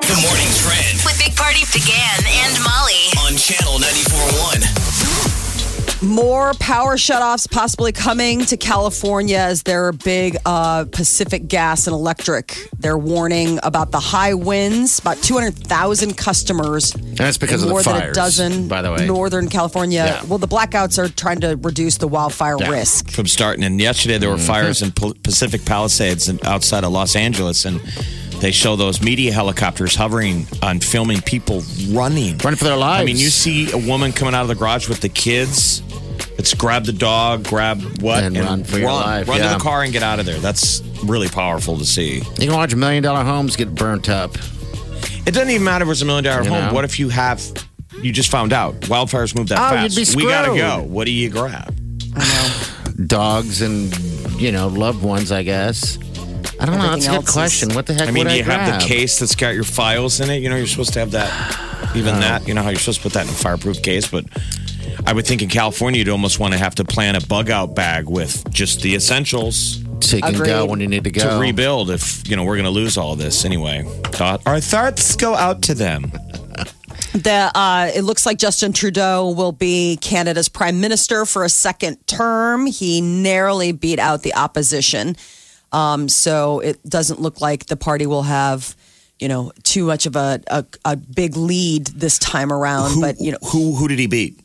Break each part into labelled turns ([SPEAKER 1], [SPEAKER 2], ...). [SPEAKER 1] The morning trend
[SPEAKER 2] With Big Party began and Molly.
[SPEAKER 1] on channel 941.
[SPEAKER 3] More power shutoffs possibly coming to California as their big uh, Pacific Gas and Electric. They're warning about the high winds. About 200,000 customers.
[SPEAKER 4] That's because
[SPEAKER 3] in
[SPEAKER 4] of the
[SPEAKER 3] more than a
[SPEAKER 4] fires,
[SPEAKER 3] dozen.
[SPEAKER 4] by the way.
[SPEAKER 3] Northern California.
[SPEAKER 4] Yeah.
[SPEAKER 3] Well, the blackouts are trying to reduce the wildfire
[SPEAKER 4] Yeah.
[SPEAKER 3] risk.
[SPEAKER 5] from starting. And yesterday there were
[SPEAKER 4] Mm-hmm.
[SPEAKER 5] fires in Pal- Pacific Palisades and outside of Los Angeles, and they show those media helicopters hovering on filming people running,
[SPEAKER 4] Running for their lives.
[SPEAKER 5] I mean, you see a woman coming out of the garage with the kids. It's grab the dog, grab what,
[SPEAKER 4] And run for your life,
[SPEAKER 5] Run
[SPEAKER 4] yeah.
[SPEAKER 5] to the car and get out of there. That's really powerful to see.
[SPEAKER 4] You can watch million dollar homes get burnt up.
[SPEAKER 5] It doesn't even matter if it's a million dollar
[SPEAKER 4] You
[SPEAKER 5] home.
[SPEAKER 4] know?
[SPEAKER 5] What if you have, you just found out wildfires move that
[SPEAKER 4] Oh, you'd
[SPEAKER 5] fast.
[SPEAKER 4] be
[SPEAKER 5] we gotta go.
[SPEAKER 4] screwed.
[SPEAKER 5] What do you grab?
[SPEAKER 4] Dogs and, you know, loved ones, I guess. I don't know. That's
[SPEAKER 3] Everything
[SPEAKER 4] a good
[SPEAKER 3] else is-
[SPEAKER 4] question. What the heck
[SPEAKER 5] I mean,
[SPEAKER 4] would
[SPEAKER 5] do
[SPEAKER 4] I
[SPEAKER 5] you
[SPEAKER 4] grab?
[SPEAKER 5] have the case that's got your files in it? You know, you're supposed to have that, even that. You know how you're supposed to put that in a fireproof case, but I would think in California you'd almost want to have to plan a bug out bag with just the essentials
[SPEAKER 4] So you can go
[SPEAKER 3] Agreed.
[SPEAKER 4] when you need to
[SPEAKER 5] to
[SPEAKER 4] go.
[SPEAKER 5] rebuild. If you know we're going to lose all this anyway, Thought- our thoughts go out to them.
[SPEAKER 3] The uh, it looks like Justin Trudeau will be Canada's prime minister for a second term. He narrowly beat out the opposition, um, so it doesn't look like the party will have, you know, too much of a a, a big lead this time around. but you know,
[SPEAKER 5] who who did he beat?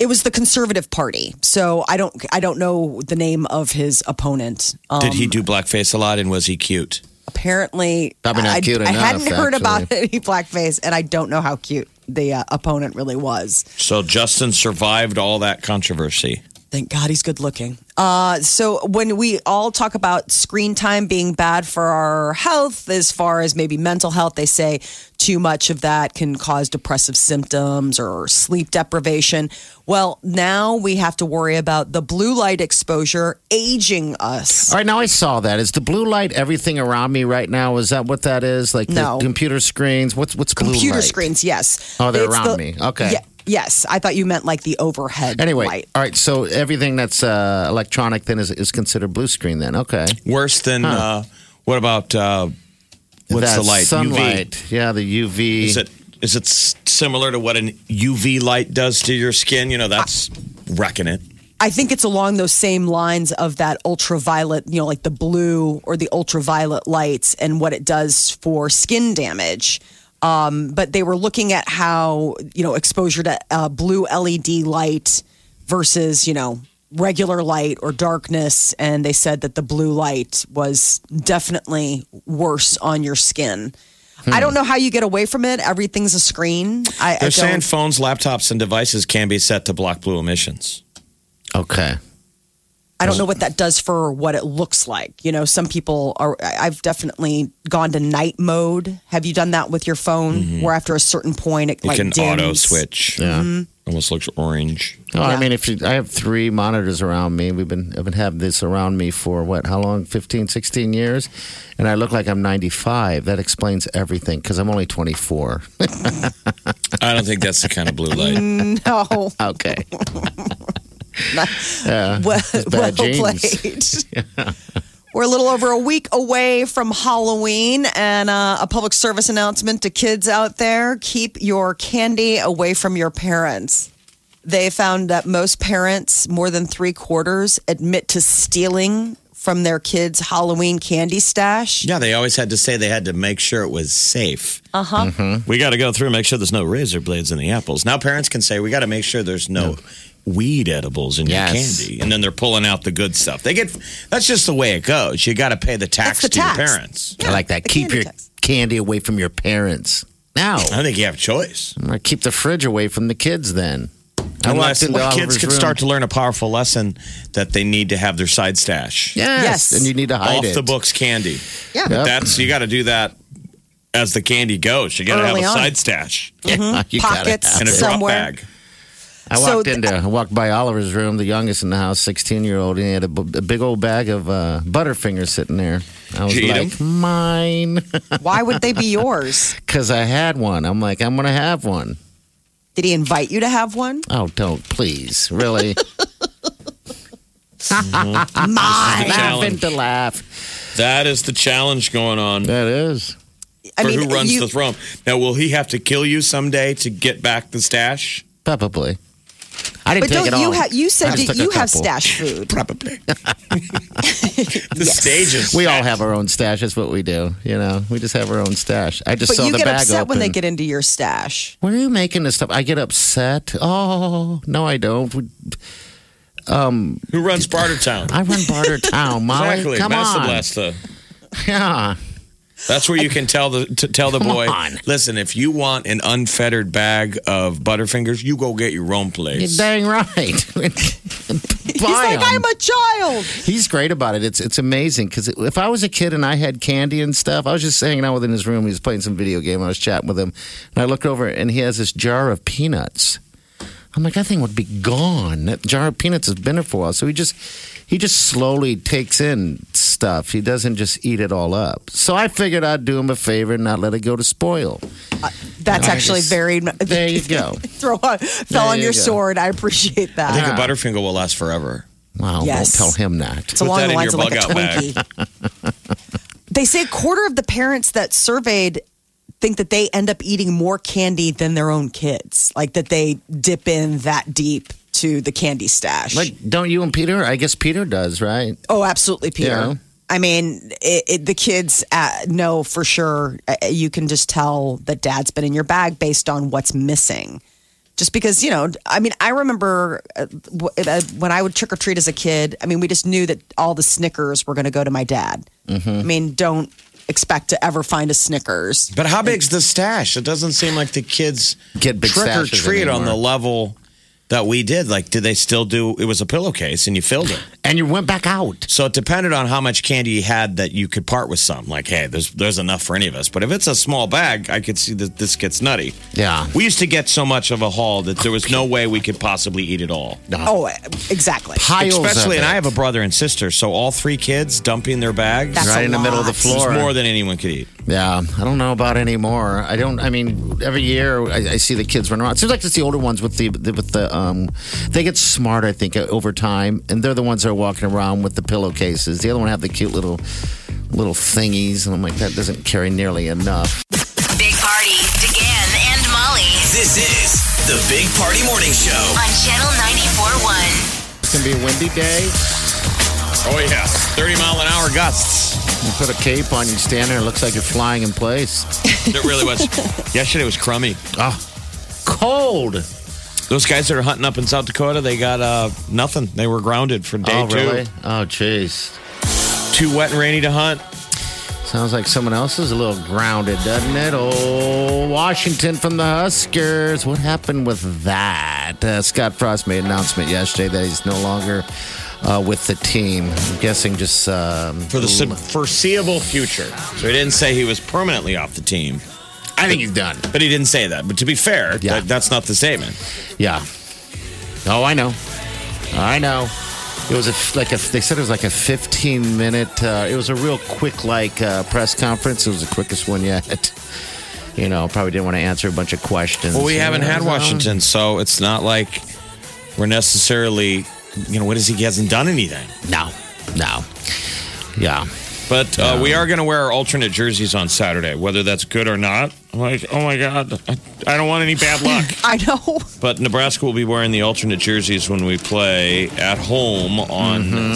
[SPEAKER 3] it was the Conservative Party, so I don't I don't know the name of his opponent. Um,
[SPEAKER 5] Did he do blackface a lot and was he cute?
[SPEAKER 3] apparently
[SPEAKER 4] Probably not
[SPEAKER 3] I,
[SPEAKER 4] cute
[SPEAKER 3] I
[SPEAKER 4] enough,
[SPEAKER 3] hadn't heard about
[SPEAKER 4] actually.
[SPEAKER 3] any blackface, and I don't know how cute the uh, opponent really was.
[SPEAKER 5] So Justin survived all that controversy.
[SPEAKER 3] Thank God he's good looking. Uh, so when we all talk about screen time being bad for our health, as far as maybe mental health, they say too much of that can cause depressive symptoms or sleep deprivation. Well, now we have to worry about the blue light exposure aging us.
[SPEAKER 4] All right, now I saw that. Is the blue light everything around me right now? Is that what that is? Like the
[SPEAKER 3] No.
[SPEAKER 4] computer screens? What's what's blue
[SPEAKER 3] Computer
[SPEAKER 4] light?
[SPEAKER 3] screens, yes.
[SPEAKER 4] Oh, they're around me. Okay.
[SPEAKER 3] Ye- yes, I thought you meant like the overhead
[SPEAKER 4] Anyway,
[SPEAKER 3] light.
[SPEAKER 4] all right. So everything that's uh, electronic then is, is considered blue screen. Then okay.
[SPEAKER 5] Worse than uh, what about uh, what's
[SPEAKER 4] That
[SPEAKER 5] the light? UV.
[SPEAKER 4] Sunlight. Yeah, the UV.
[SPEAKER 5] Is it is it s- similar to what an UV light does to your skin? You know, that's wrecking it.
[SPEAKER 3] I think it's along those same lines of that ultraviolet, you know, like the blue or the ultraviolet lights and what it does for skin damage. Um, but they were looking at how, you know, exposure to uh, blue LED light versus, you know, regular light or darkness. And they said that the blue light was definitely worse on your skin. I don't know how you get away from it. Everything's a screen. I, I
[SPEAKER 5] Hmm. They're saying
[SPEAKER 3] don't.
[SPEAKER 5] phones, laptops, and devices can be set to block blue emissions.
[SPEAKER 4] Okay.
[SPEAKER 3] I don't know what that does for what it looks like. You know, some people are. I- I've definitely gone to night mode. Have you done that with your phone? Where after a certain point, it
[SPEAKER 5] You
[SPEAKER 3] like
[SPEAKER 5] Mm-hmm. can
[SPEAKER 3] dims?
[SPEAKER 5] auto switch.
[SPEAKER 4] Yeah.
[SPEAKER 5] Almost looks orange.
[SPEAKER 4] Well, I
[SPEAKER 3] Yeah.
[SPEAKER 4] mean, if you, I have three monitors around me, we've been I've been having this around me for what? How long? 15, 16 years, and I look like I'm 95. That explains everything because I'm only 24.
[SPEAKER 5] I don't think that's the kind of blue light.
[SPEAKER 3] No,
[SPEAKER 4] okay.
[SPEAKER 3] well, well
[SPEAKER 4] bad
[SPEAKER 3] played. We're a little over a week away from Halloween, and uh, a public service announcement to kids out there: keep your candy away from your parents. They found that most parents, more than three quarters, admit to stealing from their kids' Halloween candy stash.
[SPEAKER 5] yeah, they always had to say they had to make sure it was safe. Uh
[SPEAKER 3] Uh-huh.
[SPEAKER 5] huh.
[SPEAKER 4] Mm-hmm.
[SPEAKER 5] We got to go through and make sure there's no razor blades in the apples. Now parents can say we got to make sure there's no. Weed edibles in
[SPEAKER 4] Yes.
[SPEAKER 5] your candy, and then they're pulling out the good stuff. They get that's just the way it goes. You got to pay the tax
[SPEAKER 3] the
[SPEAKER 5] to
[SPEAKER 3] tax.
[SPEAKER 5] your parents.
[SPEAKER 4] I like that.
[SPEAKER 3] the
[SPEAKER 4] Keep
[SPEAKER 3] candy
[SPEAKER 4] your
[SPEAKER 3] tax.
[SPEAKER 4] candy away from your parents. Now,
[SPEAKER 5] I don't think you have a choice.
[SPEAKER 4] I'm gonna keep the fridge away from the kids. Then, I
[SPEAKER 5] Unless
[SPEAKER 4] walked into
[SPEAKER 5] well,
[SPEAKER 4] Oliver's
[SPEAKER 5] kids could
[SPEAKER 4] room.
[SPEAKER 5] start to learn a powerful lesson that they need to have their side stash.
[SPEAKER 3] Yes.
[SPEAKER 4] Yes, and you need to hide
[SPEAKER 5] Off
[SPEAKER 4] it.
[SPEAKER 5] the books candy.
[SPEAKER 3] Yeah.
[SPEAKER 4] Yep.
[SPEAKER 5] That's you gotta do that as the candy goes. You got to have
[SPEAKER 3] Early
[SPEAKER 5] a
[SPEAKER 3] on.
[SPEAKER 5] side stash
[SPEAKER 4] You gotta
[SPEAKER 3] Pockets.
[SPEAKER 4] have
[SPEAKER 5] and a
[SPEAKER 4] it.
[SPEAKER 3] Somewhere.
[SPEAKER 5] drop bag.
[SPEAKER 4] I
[SPEAKER 3] So
[SPEAKER 4] walked
[SPEAKER 3] th-
[SPEAKER 4] into, I walked by Oliver's room, the youngest in the house, sixteen year old, and he had a, b- a big old bag of uh, Butterfingers sitting there. I was
[SPEAKER 5] you eat
[SPEAKER 4] like, mine,
[SPEAKER 3] Why would they be yours?
[SPEAKER 4] because I had one. I'm like, I'm gonna have one.
[SPEAKER 3] Did he invite you to have one?
[SPEAKER 4] Oh, don't please, really.
[SPEAKER 5] The
[SPEAKER 4] Laughing
[SPEAKER 5] challenge.
[SPEAKER 4] to laugh.
[SPEAKER 5] That is the challenge going on.
[SPEAKER 4] That is.
[SPEAKER 3] I
[SPEAKER 5] for who
[SPEAKER 3] mean,
[SPEAKER 5] runs
[SPEAKER 3] you,
[SPEAKER 5] the throne. Now, will he have to kill you someday to get back the stash?
[SPEAKER 4] Probably. I didn't
[SPEAKER 3] but
[SPEAKER 4] take it
[SPEAKER 3] don't
[SPEAKER 4] all.
[SPEAKER 3] you have? You
[SPEAKER 4] I
[SPEAKER 3] said
[SPEAKER 4] just
[SPEAKER 3] that
[SPEAKER 4] took a
[SPEAKER 3] you have
[SPEAKER 4] couple.
[SPEAKER 3] stash food.
[SPEAKER 5] Probably. the stage is.
[SPEAKER 4] We all have our own stash. That's what we do. You know, we just have our own stash. I just
[SPEAKER 3] But
[SPEAKER 4] saw
[SPEAKER 3] you
[SPEAKER 4] the
[SPEAKER 3] get
[SPEAKER 4] bag
[SPEAKER 3] upset when they
[SPEAKER 4] open.
[SPEAKER 3] get into your stash.
[SPEAKER 4] Why are you making this stuff? I get upset. Oh no, I don't. We-
[SPEAKER 5] Who runs Bartertown?
[SPEAKER 4] I run barter town, Molly.
[SPEAKER 5] exactly.
[SPEAKER 4] Come on.
[SPEAKER 5] Masalesta.
[SPEAKER 4] Yeah.
[SPEAKER 5] That's where you can tell the t- tell the boy.
[SPEAKER 4] on.
[SPEAKER 5] Listen, if you want an unfettered bag of Butterfingers, you go get your own place.
[SPEAKER 4] You're dang right. Buy
[SPEAKER 3] He's like, I'm a child.
[SPEAKER 4] He's great about it. It's it's amazing because if I was a kid and I had candy and stuff, I was just hanging out with him in his room. He was playing some video game. I was chatting with him, and I looked over and he has this jar of peanuts. I'm like, that thing would be gone. That jar of peanuts has been there for a while. So he just he just slowly takes in stuff. He doesn't just eat it all up. So I figured I'd do him a favor and not let it go to spoil.
[SPEAKER 3] That's
[SPEAKER 4] I
[SPEAKER 3] actually
[SPEAKER 4] just-
[SPEAKER 3] very.
[SPEAKER 4] There you go.
[SPEAKER 3] Throw on, fell
[SPEAKER 4] There
[SPEAKER 3] on
[SPEAKER 4] you
[SPEAKER 3] your
[SPEAKER 4] go.
[SPEAKER 3] sword. I appreciate that.
[SPEAKER 5] I think a Butterfinger will last forever.
[SPEAKER 4] Wow,
[SPEAKER 3] Yes.
[SPEAKER 4] don't tell him that.
[SPEAKER 3] It's along
[SPEAKER 5] that
[SPEAKER 3] the
[SPEAKER 5] in
[SPEAKER 3] lines of
[SPEAKER 5] your
[SPEAKER 3] like a
[SPEAKER 5] bug out
[SPEAKER 3] Twinkie. they say a quarter of the parents that surveyed think that they end up eating more candy than their own kids. Like that they dip in that deep to the candy stash.
[SPEAKER 4] Like, don't you and Peter? I guess Peter does, right?
[SPEAKER 3] oh, absolutely, Peter.
[SPEAKER 4] Yeah.
[SPEAKER 3] I mean, it, it, the kids uh, know for sure. Uh, you can just tell that dad's been in your bag based on what's missing. Just because, you know, I mean, I remember uh, w- uh, when I would trick or treat as a kid, I mean, we just knew that all the Snickers were going to go to my dad.
[SPEAKER 4] Mm-hmm.
[SPEAKER 3] I mean, don't expect to ever find a Snickers.
[SPEAKER 5] But how big's the stash? It doesn't seem like the kids
[SPEAKER 4] Get big
[SPEAKER 5] trick or
[SPEAKER 4] stashes
[SPEAKER 5] treat on the
[SPEAKER 4] anymore.
[SPEAKER 5] level that we did. Like, did they still do? It was a pillowcase, and you filled it.
[SPEAKER 4] And you went back out.
[SPEAKER 5] So it depended on how much candy you had that you could part with some. Like, hey, there's there's enough for any of us. But if it's a small bag, I could see that this gets nutty.
[SPEAKER 4] Yeah.
[SPEAKER 5] We used to get so much of a haul that there was no way we could possibly eat it all.
[SPEAKER 3] Oh, uh, exactly.
[SPEAKER 4] Piles of
[SPEAKER 5] Especially, and
[SPEAKER 4] it.
[SPEAKER 5] I have a brother and sister, so all three kids dumping their bags.
[SPEAKER 3] That's
[SPEAKER 4] right
[SPEAKER 3] a
[SPEAKER 4] in the middle of the
[SPEAKER 3] lot.
[SPEAKER 4] floor.
[SPEAKER 5] It's more than anyone could eat.
[SPEAKER 4] yeah, I don't know about anymore. I don't. I mean, every year I, I see the kids run around. It seems like it's the older ones with the, the with the um, they get smart. I think uh, over time, and they're the ones that are walking around with the pillowcases. The other one have the cute little little thingies, and I'm like, that doesn't carry nearly enough.
[SPEAKER 2] Big Party, DeGan and Molly
[SPEAKER 1] This is the Big Party Morning Show.
[SPEAKER 2] on Channel 94.1.
[SPEAKER 4] It's gonna be a windy day.
[SPEAKER 5] Oh yeah, thirty mile an hour gusts.
[SPEAKER 4] You put a cape on, you stand there, it looks like you're flying in place.
[SPEAKER 5] It really was. Yesterday was crummy.
[SPEAKER 4] Oh, cold.
[SPEAKER 5] Those guys that are hunting up in South Dakota, they got uh, nothing. They were grounded for day
[SPEAKER 4] oh,
[SPEAKER 5] two.
[SPEAKER 4] really? Oh, jeez.
[SPEAKER 5] Too wet and rainy to hunt.
[SPEAKER 4] Sounds like someone else is a little grounded, doesn't it? Oh, Washington from the Huskers. What happened with that? Uh, Scott Frost made an announcement yesterday that he's no longer uh, with the team. I'm guessing just um,
[SPEAKER 5] for the foreseeable future. So he didn't say he was permanently off the team,
[SPEAKER 4] I think he's done.
[SPEAKER 5] but he didn't say that. But to be fair,
[SPEAKER 4] Yeah.
[SPEAKER 5] that, that's not the statement.
[SPEAKER 4] Yeah. Oh, I know. I know. It was a, like a, they said it was like a 15 minute, uh, it was a real quick like uh, press conference. It was the quickest one yet. You know, probably didn't want to answer a bunch of questions.
[SPEAKER 5] Well, we haven't had
[SPEAKER 4] Uh,
[SPEAKER 5] Washington, so it's not like we're necessarily, you know, what is he? He hasn't done anything.
[SPEAKER 4] No, no. Yeah.
[SPEAKER 5] But uh, we are going to wear our alternate jerseys on Saturday, whether that's good or not. I'm like, oh my God, I, I don't want any bad luck.
[SPEAKER 3] I know.
[SPEAKER 5] but Nebraska will be wearing the alternate jerseys when we play at home on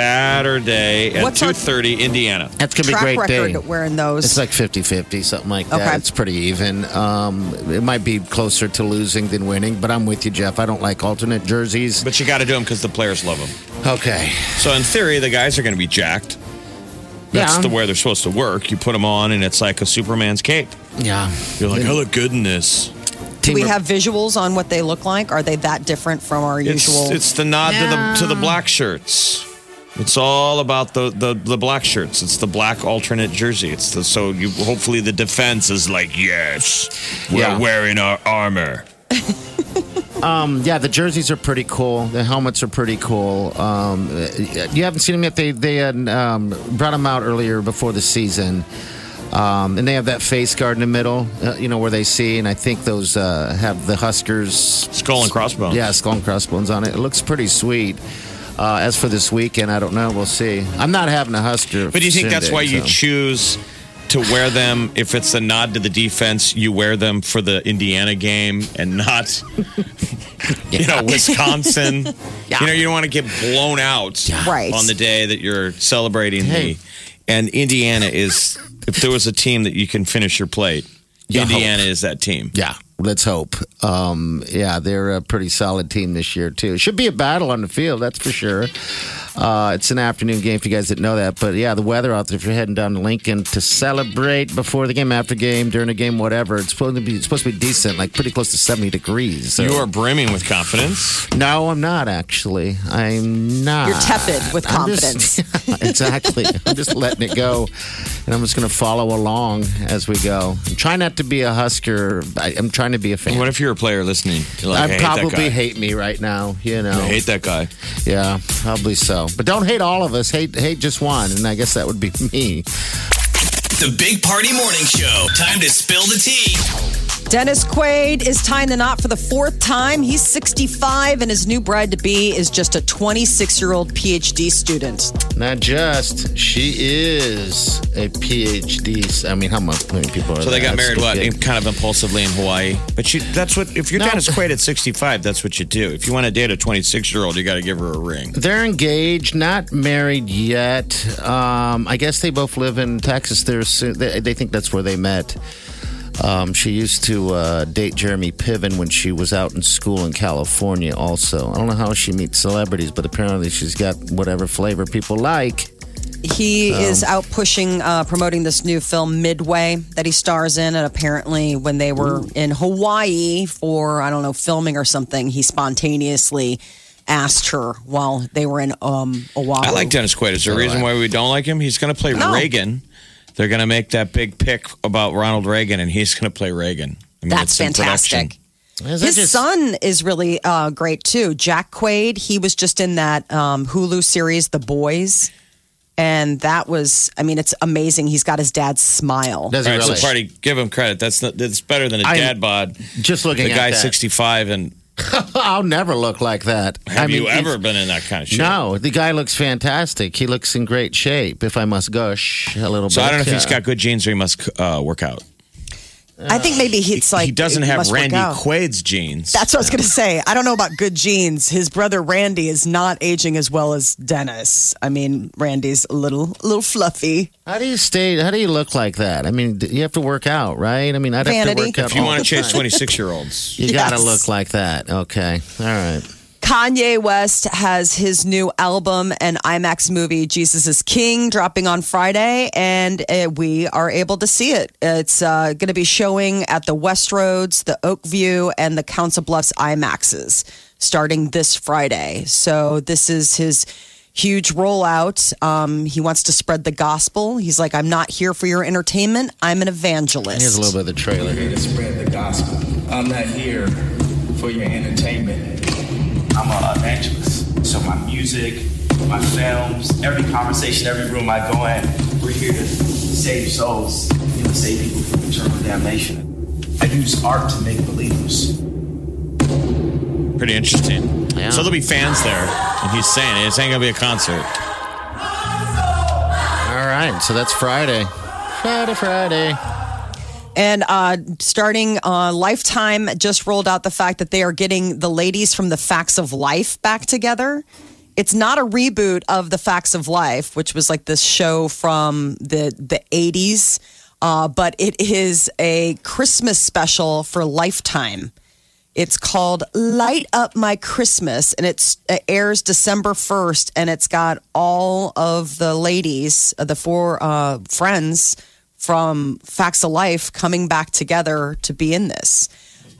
[SPEAKER 5] Saturday at
[SPEAKER 3] Mm-hmm. What's our-
[SPEAKER 5] 2.30 Indiana.
[SPEAKER 4] That's going to be a
[SPEAKER 3] Track
[SPEAKER 4] great
[SPEAKER 3] record
[SPEAKER 4] day.
[SPEAKER 3] wearing those.
[SPEAKER 4] It's like 50 50, something like that.
[SPEAKER 3] Okay.
[SPEAKER 4] It's pretty even. Um, it might be closer to losing than winning, but I'm with you, Jeff. I don't like alternate jerseys.
[SPEAKER 5] But you got to do them because the players love them.
[SPEAKER 4] Okay.
[SPEAKER 5] So in theory, the guys are going to be jacked. That's
[SPEAKER 4] yeah.
[SPEAKER 5] the way they're supposed to work. You put them on, and it's like a Superman's cape.
[SPEAKER 4] Yeah.
[SPEAKER 5] You're like, I look good in this.
[SPEAKER 3] Do we
[SPEAKER 4] Team-
[SPEAKER 3] have visuals on what they look like? Are they that different from our
[SPEAKER 5] It's
[SPEAKER 3] usual?
[SPEAKER 5] it's the nod to the to the black shirts. It's all about the, the the black shirts. It's the black alternate jersey. It's the so you hopefully the defense is like yes, we're
[SPEAKER 4] Yeah.
[SPEAKER 5] wearing our armor.
[SPEAKER 4] Yeah, the jerseys are pretty cool. The helmets are pretty cool. Um, uh, you haven't seen them yet. They they had, um, brought them out earlier before the season, um, and they have that face guard in the middle. Uh, you know where they see, and I think those uh, have the Huskers
[SPEAKER 5] Skull and crossbones.
[SPEAKER 4] Yeah, skull and crossbones on it. It looks pretty sweet. Uh, as for this weekend, I don't know. We'll see. I'm not having a Husker.
[SPEAKER 5] But do you think that's
[SPEAKER 4] shindig,
[SPEAKER 5] why you
[SPEAKER 4] so.
[SPEAKER 5] choose to wear them if it's a nod to the defense? You wear them for the Indiana game and not, you know, Wisconsin. You know, you don't want to get blown out
[SPEAKER 3] Right.
[SPEAKER 5] on the day that you're celebrating.
[SPEAKER 4] Hey.
[SPEAKER 5] The, and Indiana is, if there was a team that you can finish your plate,
[SPEAKER 4] Yeah,
[SPEAKER 5] Indiana is that team.
[SPEAKER 4] Yeah, let's hope. Um, yeah, they're a pretty solid team this year too. Should be a battle on the field, that's for sure. Uh, it's an afternoon game if you guys didn't know that. But yeah, the weather out there if you're heading down to Lincoln to celebrate before the game, after game, during the game, whatever. It's supposed to be it's supposed to be decent, like pretty close to 70 degrees. So.
[SPEAKER 5] You are brimming with confidence.
[SPEAKER 4] No, I'm not actually. I'm not.
[SPEAKER 3] You're tepid with
[SPEAKER 4] I'm just- exactly. I'm just letting it go, and I'm just going to follow along as we go. I'm trying not to be a Husker. I, I'm trying to be a fan.
[SPEAKER 5] What if you're a player listening? You're like,
[SPEAKER 4] I'd
[SPEAKER 5] I hate that
[SPEAKER 4] probably
[SPEAKER 5] guy.
[SPEAKER 4] hate me right now, you know.
[SPEAKER 5] I hate that guy.
[SPEAKER 4] Yeah, probably so. But don't hate all of us. Hate hate just one, and I guess that would be me.
[SPEAKER 1] The Big Party Morning Show. Time to spill the tea.
[SPEAKER 3] Dennis Quaid is tying the knot for the fourth time. He's 65, and his new bride to be is just a 26 year old PhD student.
[SPEAKER 4] Not just she is a PhD. I mean, how much how many people are
[SPEAKER 5] So they
[SPEAKER 4] there?
[SPEAKER 5] got
[SPEAKER 4] That's
[SPEAKER 5] married, what,
[SPEAKER 4] stupid.
[SPEAKER 5] kind of impulsively in Hawaii. But you, that's what, if you're
[SPEAKER 4] No.
[SPEAKER 5] Dennis Quaid at 65, that's what you do. If you want to date a 26 year old, you got to give her a ring.
[SPEAKER 4] They're engaged, not married yet. Um, I guess they both live in Texas. They're, su- they, they think that's where they met. Um, she used to uh, date Jeremy Piven when she was out in school in California, also. I don't know how she meets celebrities, but apparently she's got whatever flavor people like.
[SPEAKER 3] He is out pushing, uh, promoting this new film Midway that he stars in. And apparently, when they were in Hawaii for, I don't know, filming or something, he spontaneously asked her while they were in um, Oahu.
[SPEAKER 5] I like Dennis Quaid. Is there a reason why we don't like him? He's going to play
[SPEAKER 3] No.
[SPEAKER 5] Reagan. They're going to make that big pick about Ronald Reagan, and he's going to play Reagan. I mean,
[SPEAKER 3] That's
[SPEAKER 5] it's in production.
[SPEAKER 3] fantastic. His son is really uh, great too. Jack Quaid. He was just in that um, Hulu series, The Boys, and that was. I mean, it's amazing. He's got his dad's smile.
[SPEAKER 4] Doesn't
[SPEAKER 5] All right,
[SPEAKER 4] really.
[SPEAKER 5] so party, give him credit. That's not, that's better than a
[SPEAKER 4] I'm
[SPEAKER 5] dad bod.
[SPEAKER 4] just looking
[SPEAKER 5] the
[SPEAKER 4] at
[SPEAKER 5] guy
[SPEAKER 4] that.
[SPEAKER 5] 65, and
[SPEAKER 4] I'll never look like that.
[SPEAKER 5] have
[SPEAKER 4] I mean,
[SPEAKER 5] you ever been in that kind of shit?
[SPEAKER 4] No, the guy looks fantastic. He looks in great shape, if I must gush a little
[SPEAKER 5] So
[SPEAKER 4] bit. Uh,
[SPEAKER 5] I don't know if he's
[SPEAKER 4] yeah.
[SPEAKER 5] got good genes or he must uh, work out.
[SPEAKER 3] I think maybe he- it's like
[SPEAKER 5] he doesn't
[SPEAKER 3] it
[SPEAKER 5] have
[SPEAKER 3] must work
[SPEAKER 5] Randy
[SPEAKER 3] out.
[SPEAKER 5] Quaid's genes.
[SPEAKER 3] That's what I was going to say. I don't know about good genes. His brother Randy is not aging as well as Dennis. I mean, Randy's a little, a little fluffy.
[SPEAKER 4] How do you stay? How do you look like that? I mean, d- you have to work out, right? I mean, I'd have to
[SPEAKER 3] Vanity.
[SPEAKER 4] work out.
[SPEAKER 5] If you
[SPEAKER 4] all
[SPEAKER 5] want to
[SPEAKER 4] the
[SPEAKER 5] chase
[SPEAKER 4] time.
[SPEAKER 5] 26 year olds,
[SPEAKER 4] you got to
[SPEAKER 3] Yes.
[SPEAKER 4] look like that. Okay, all right.
[SPEAKER 3] Kanye West has his new album and IMAX movie Jesus is King dropping on Friday, and uh, we are able to see it. It's uh, going to be showing at the Westroads, the Oakview, and the Council Bluffs IMAXs starting this Friday. So this is his huge rollout. Um, he wants to spread the gospel. He's like, I'm not here for your entertainment. I'm an evangelist.
[SPEAKER 4] Here's a little bit of the trailer.
[SPEAKER 6] here to spread the gospel. I'm not here for your entertainment. I'm an evangelist. So my music, my films, every conversation, every room I go in, we're here to save souls and save people from eternal damnation. I use art to make believers.
[SPEAKER 5] pretty interesting.
[SPEAKER 4] Yeah.
[SPEAKER 5] So there'll be fans there, and he's saying it. This ain't gonna be a concert.
[SPEAKER 4] All right, so that's Friday. Friday, Friday.
[SPEAKER 3] And uh, starting uh, Lifetime just rolled out the fact that they are getting the ladies from the Facts of Life back together. It's not a reboot of the Facts of Life, which was like this show from the the eighties, uh, but it is a Christmas special for Lifetime. It's called Light Up My Christmas, and it's, it airs December 1st, and it's got all of the ladies, uh, the four uh, friends from Facts of Life coming back together to be in this.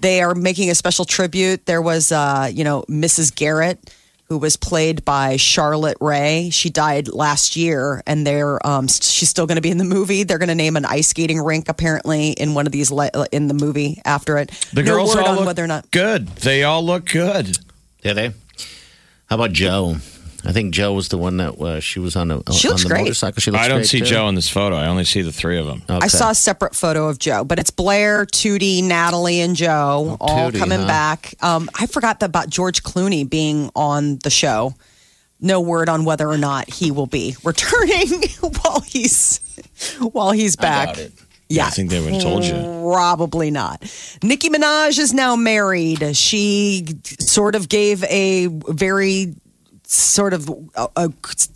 [SPEAKER 3] They are making a special tribute. There was, uh, you know, Mrs. Garrett, who was played by Charlotte Ray. She died last year, and they're um, s- she's still going to be in the movie. They're going to name an ice skating rink apparently in one of these li- in the movie after it.
[SPEAKER 5] The
[SPEAKER 3] No
[SPEAKER 5] girls
[SPEAKER 3] word
[SPEAKER 5] all
[SPEAKER 3] on
[SPEAKER 5] look
[SPEAKER 3] whether or not
[SPEAKER 5] good. They all look good.
[SPEAKER 4] Did they? How about Joe? I think Joe was the one that uh, she was on the
[SPEAKER 3] She
[SPEAKER 4] on
[SPEAKER 3] looks
[SPEAKER 4] the
[SPEAKER 3] great. Oh.
[SPEAKER 4] motorcycle. She looks
[SPEAKER 5] I don't
[SPEAKER 4] great,
[SPEAKER 5] see
[SPEAKER 4] too.
[SPEAKER 5] Joe in this photo. I only see the three of them.
[SPEAKER 3] I
[SPEAKER 4] Okay.
[SPEAKER 3] saw a separate photo of Joe, but it's Blair, Tootie, Natalie, and Joe
[SPEAKER 4] Oh,
[SPEAKER 3] all
[SPEAKER 4] Tootie,
[SPEAKER 3] coming
[SPEAKER 4] huh?
[SPEAKER 3] back. Um, I forgot about George Clooney being on the show. No word on whether or not he will be returning while he's while he's back.
[SPEAKER 5] doubt it.
[SPEAKER 3] Yeah,
[SPEAKER 5] I think they would have told you.
[SPEAKER 3] Probably not. Nicki Minaj is now married. She sort of gave a very sort of uh, uh,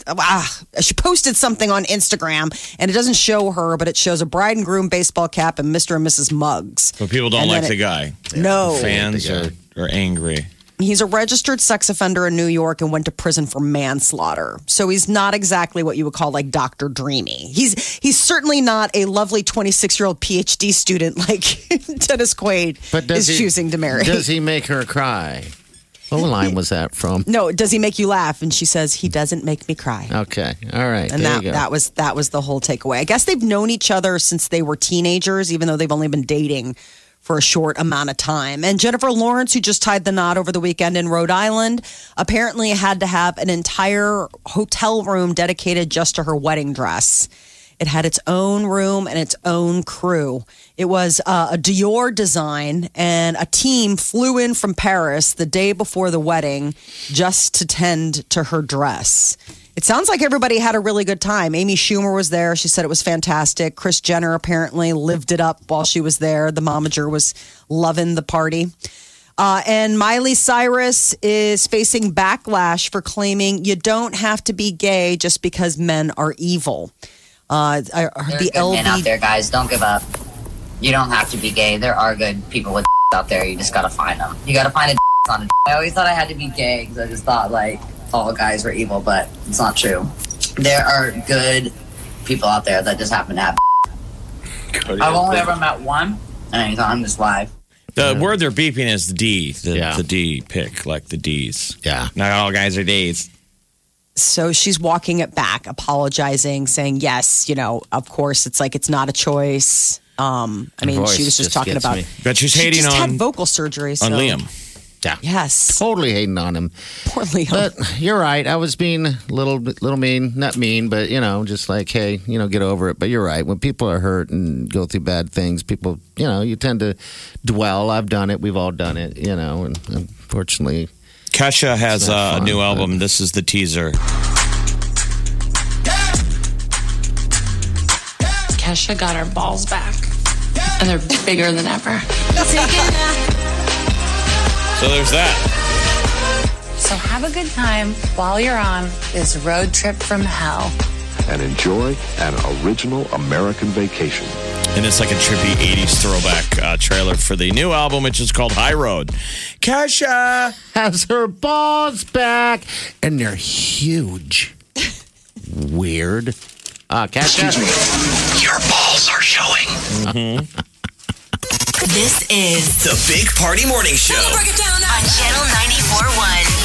[SPEAKER 3] ah, she posted something on Instagram and it doesn't show her but it shows a bride and groom baseball cap and Mr. and Mrs. Muggs.
[SPEAKER 5] But people don't
[SPEAKER 3] And
[SPEAKER 5] like
[SPEAKER 3] then
[SPEAKER 5] the
[SPEAKER 3] it- Oh.
[SPEAKER 5] guy.
[SPEAKER 3] No.
[SPEAKER 5] Fans are, are angry.
[SPEAKER 3] He's a registered sex offender in New York and went to prison for manslaughter. So he's not exactly what you would call like Dr. Dreamy. He's he's certainly not a lovely 26-year-old PhD student like Dennis Quaid
[SPEAKER 4] But does
[SPEAKER 3] is
[SPEAKER 4] he,
[SPEAKER 3] choosing to marry.
[SPEAKER 4] Does he make her cry? What line was that from?
[SPEAKER 3] no, does he make you laugh? And she says he doesn't make me cry.
[SPEAKER 4] Okay, all right.
[SPEAKER 3] And
[SPEAKER 4] there
[SPEAKER 3] that
[SPEAKER 4] you go.
[SPEAKER 3] that was that was the whole takeaway. I guess they've known each other since they were teenagers, even though they've only been dating for a short amount of time. And Jennifer Lawrence, who just tied the knot over the weekend in Rhode Island, apparently had to have an entire hotel room dedicated just to her wedding dress. It had its own room and its own crew. It was uh, a Dior design, and a team flew in from Paris the day before the wedding just to tend to her dress. It sounds like everybody had a really good time. Amy Schumer was there. She said it was fantastic. Chris Jenner apparently lived it up while she was there. The momager was loving the party. Uh, and Miley Cyrus is facing backlash for claiming you don't have to be gay just because men are evil. Uh, I- I- the
[SPEAKER 7] There's good men out
[SPEAKER 3] LB,
[SPEAKER 7] there, guys. Don't give up. You don't have to be gay. There are good people with out there. You just gotta find them. You gotta find a on a. I always thought I had to be gay because I just thought like all guys were evil, but it's not true. There are good people out there that just happen to have. I've only ever met one, and he's on this live.
[SPEAKER 5] The word they're beeping is the D, the,
[SPEAKER 4] Yeah.
[SPEAKER 5] the D pick, like the D's.
[SPEAKER 4] yeah.
[SPEAKER 5] Not all guys are D's.
[SPEAKER 3] so she's walking it back, apologizing, saying, yes, you know, of course, it's like it's not a choice. Um, I mean,
[SPEAKER 4] voice
[SPEAKER 3] she was just,
[SPEAKER 4] just
[SPEAKER 3] talking
[SPEAKER 4] gets
[SPEAKER 3] about
[SPEAKER 4] me.
[SPEAKER 5] But she's
[SPEAKER 3] she
[SPEAKER 5] hating
[SPEAKER 3] just had
[SPEAKER 5] on,
[SPEAKER 3] vocal surgery. So.
[SPEAKER 5] on Liam.
[SPEAKER 4] Yeah.
[SPEAKER 3] Yes,
[SPEAKER 4] Totally hating on him.
[SPEAKER 3] poor Liam.
[SPEAKER 4] But you're right. I was being a little, little mean. Not mean, but you know, just like, hey, you know, get over it. But you're right. When people are hurt and go through bad things, people, you know, you tend to dwell. I've done it. We've all done it. You know, and unfortunately,
[SPEAKER 5] Kesha has
[SPEAKER 4] not
[SPEAKER 5] uh, a
[SPEAKER 4] fun,
[SPEAKER 5] new
[SPEAKER 4] but-
[SPEAKER 5] album. This is the teaser.
[SPEAKER 8] Kesha got her balls back, and they're bigger than ever.
[SPEAKER 5] So there's that.
[SPEAKER 8] So have a good time while you're on this road trip from hell.
[SPEAKER 9] and enjoy an original American vacation.
[SPEAKER 5] And it's like a trippy 80s throwback uh, trailer for the new album, which is called High Road. Kesha!
[SPEAKER 4] has her balls back, and they're huge. Weird. Uh, catch that.
[SPEAKER 1] Your balls are showing.
[SPEAKER 2] This is
[SPEAKER 1] The Big Party Morning Show.
[SPEAKER 2] on Channel 94.1.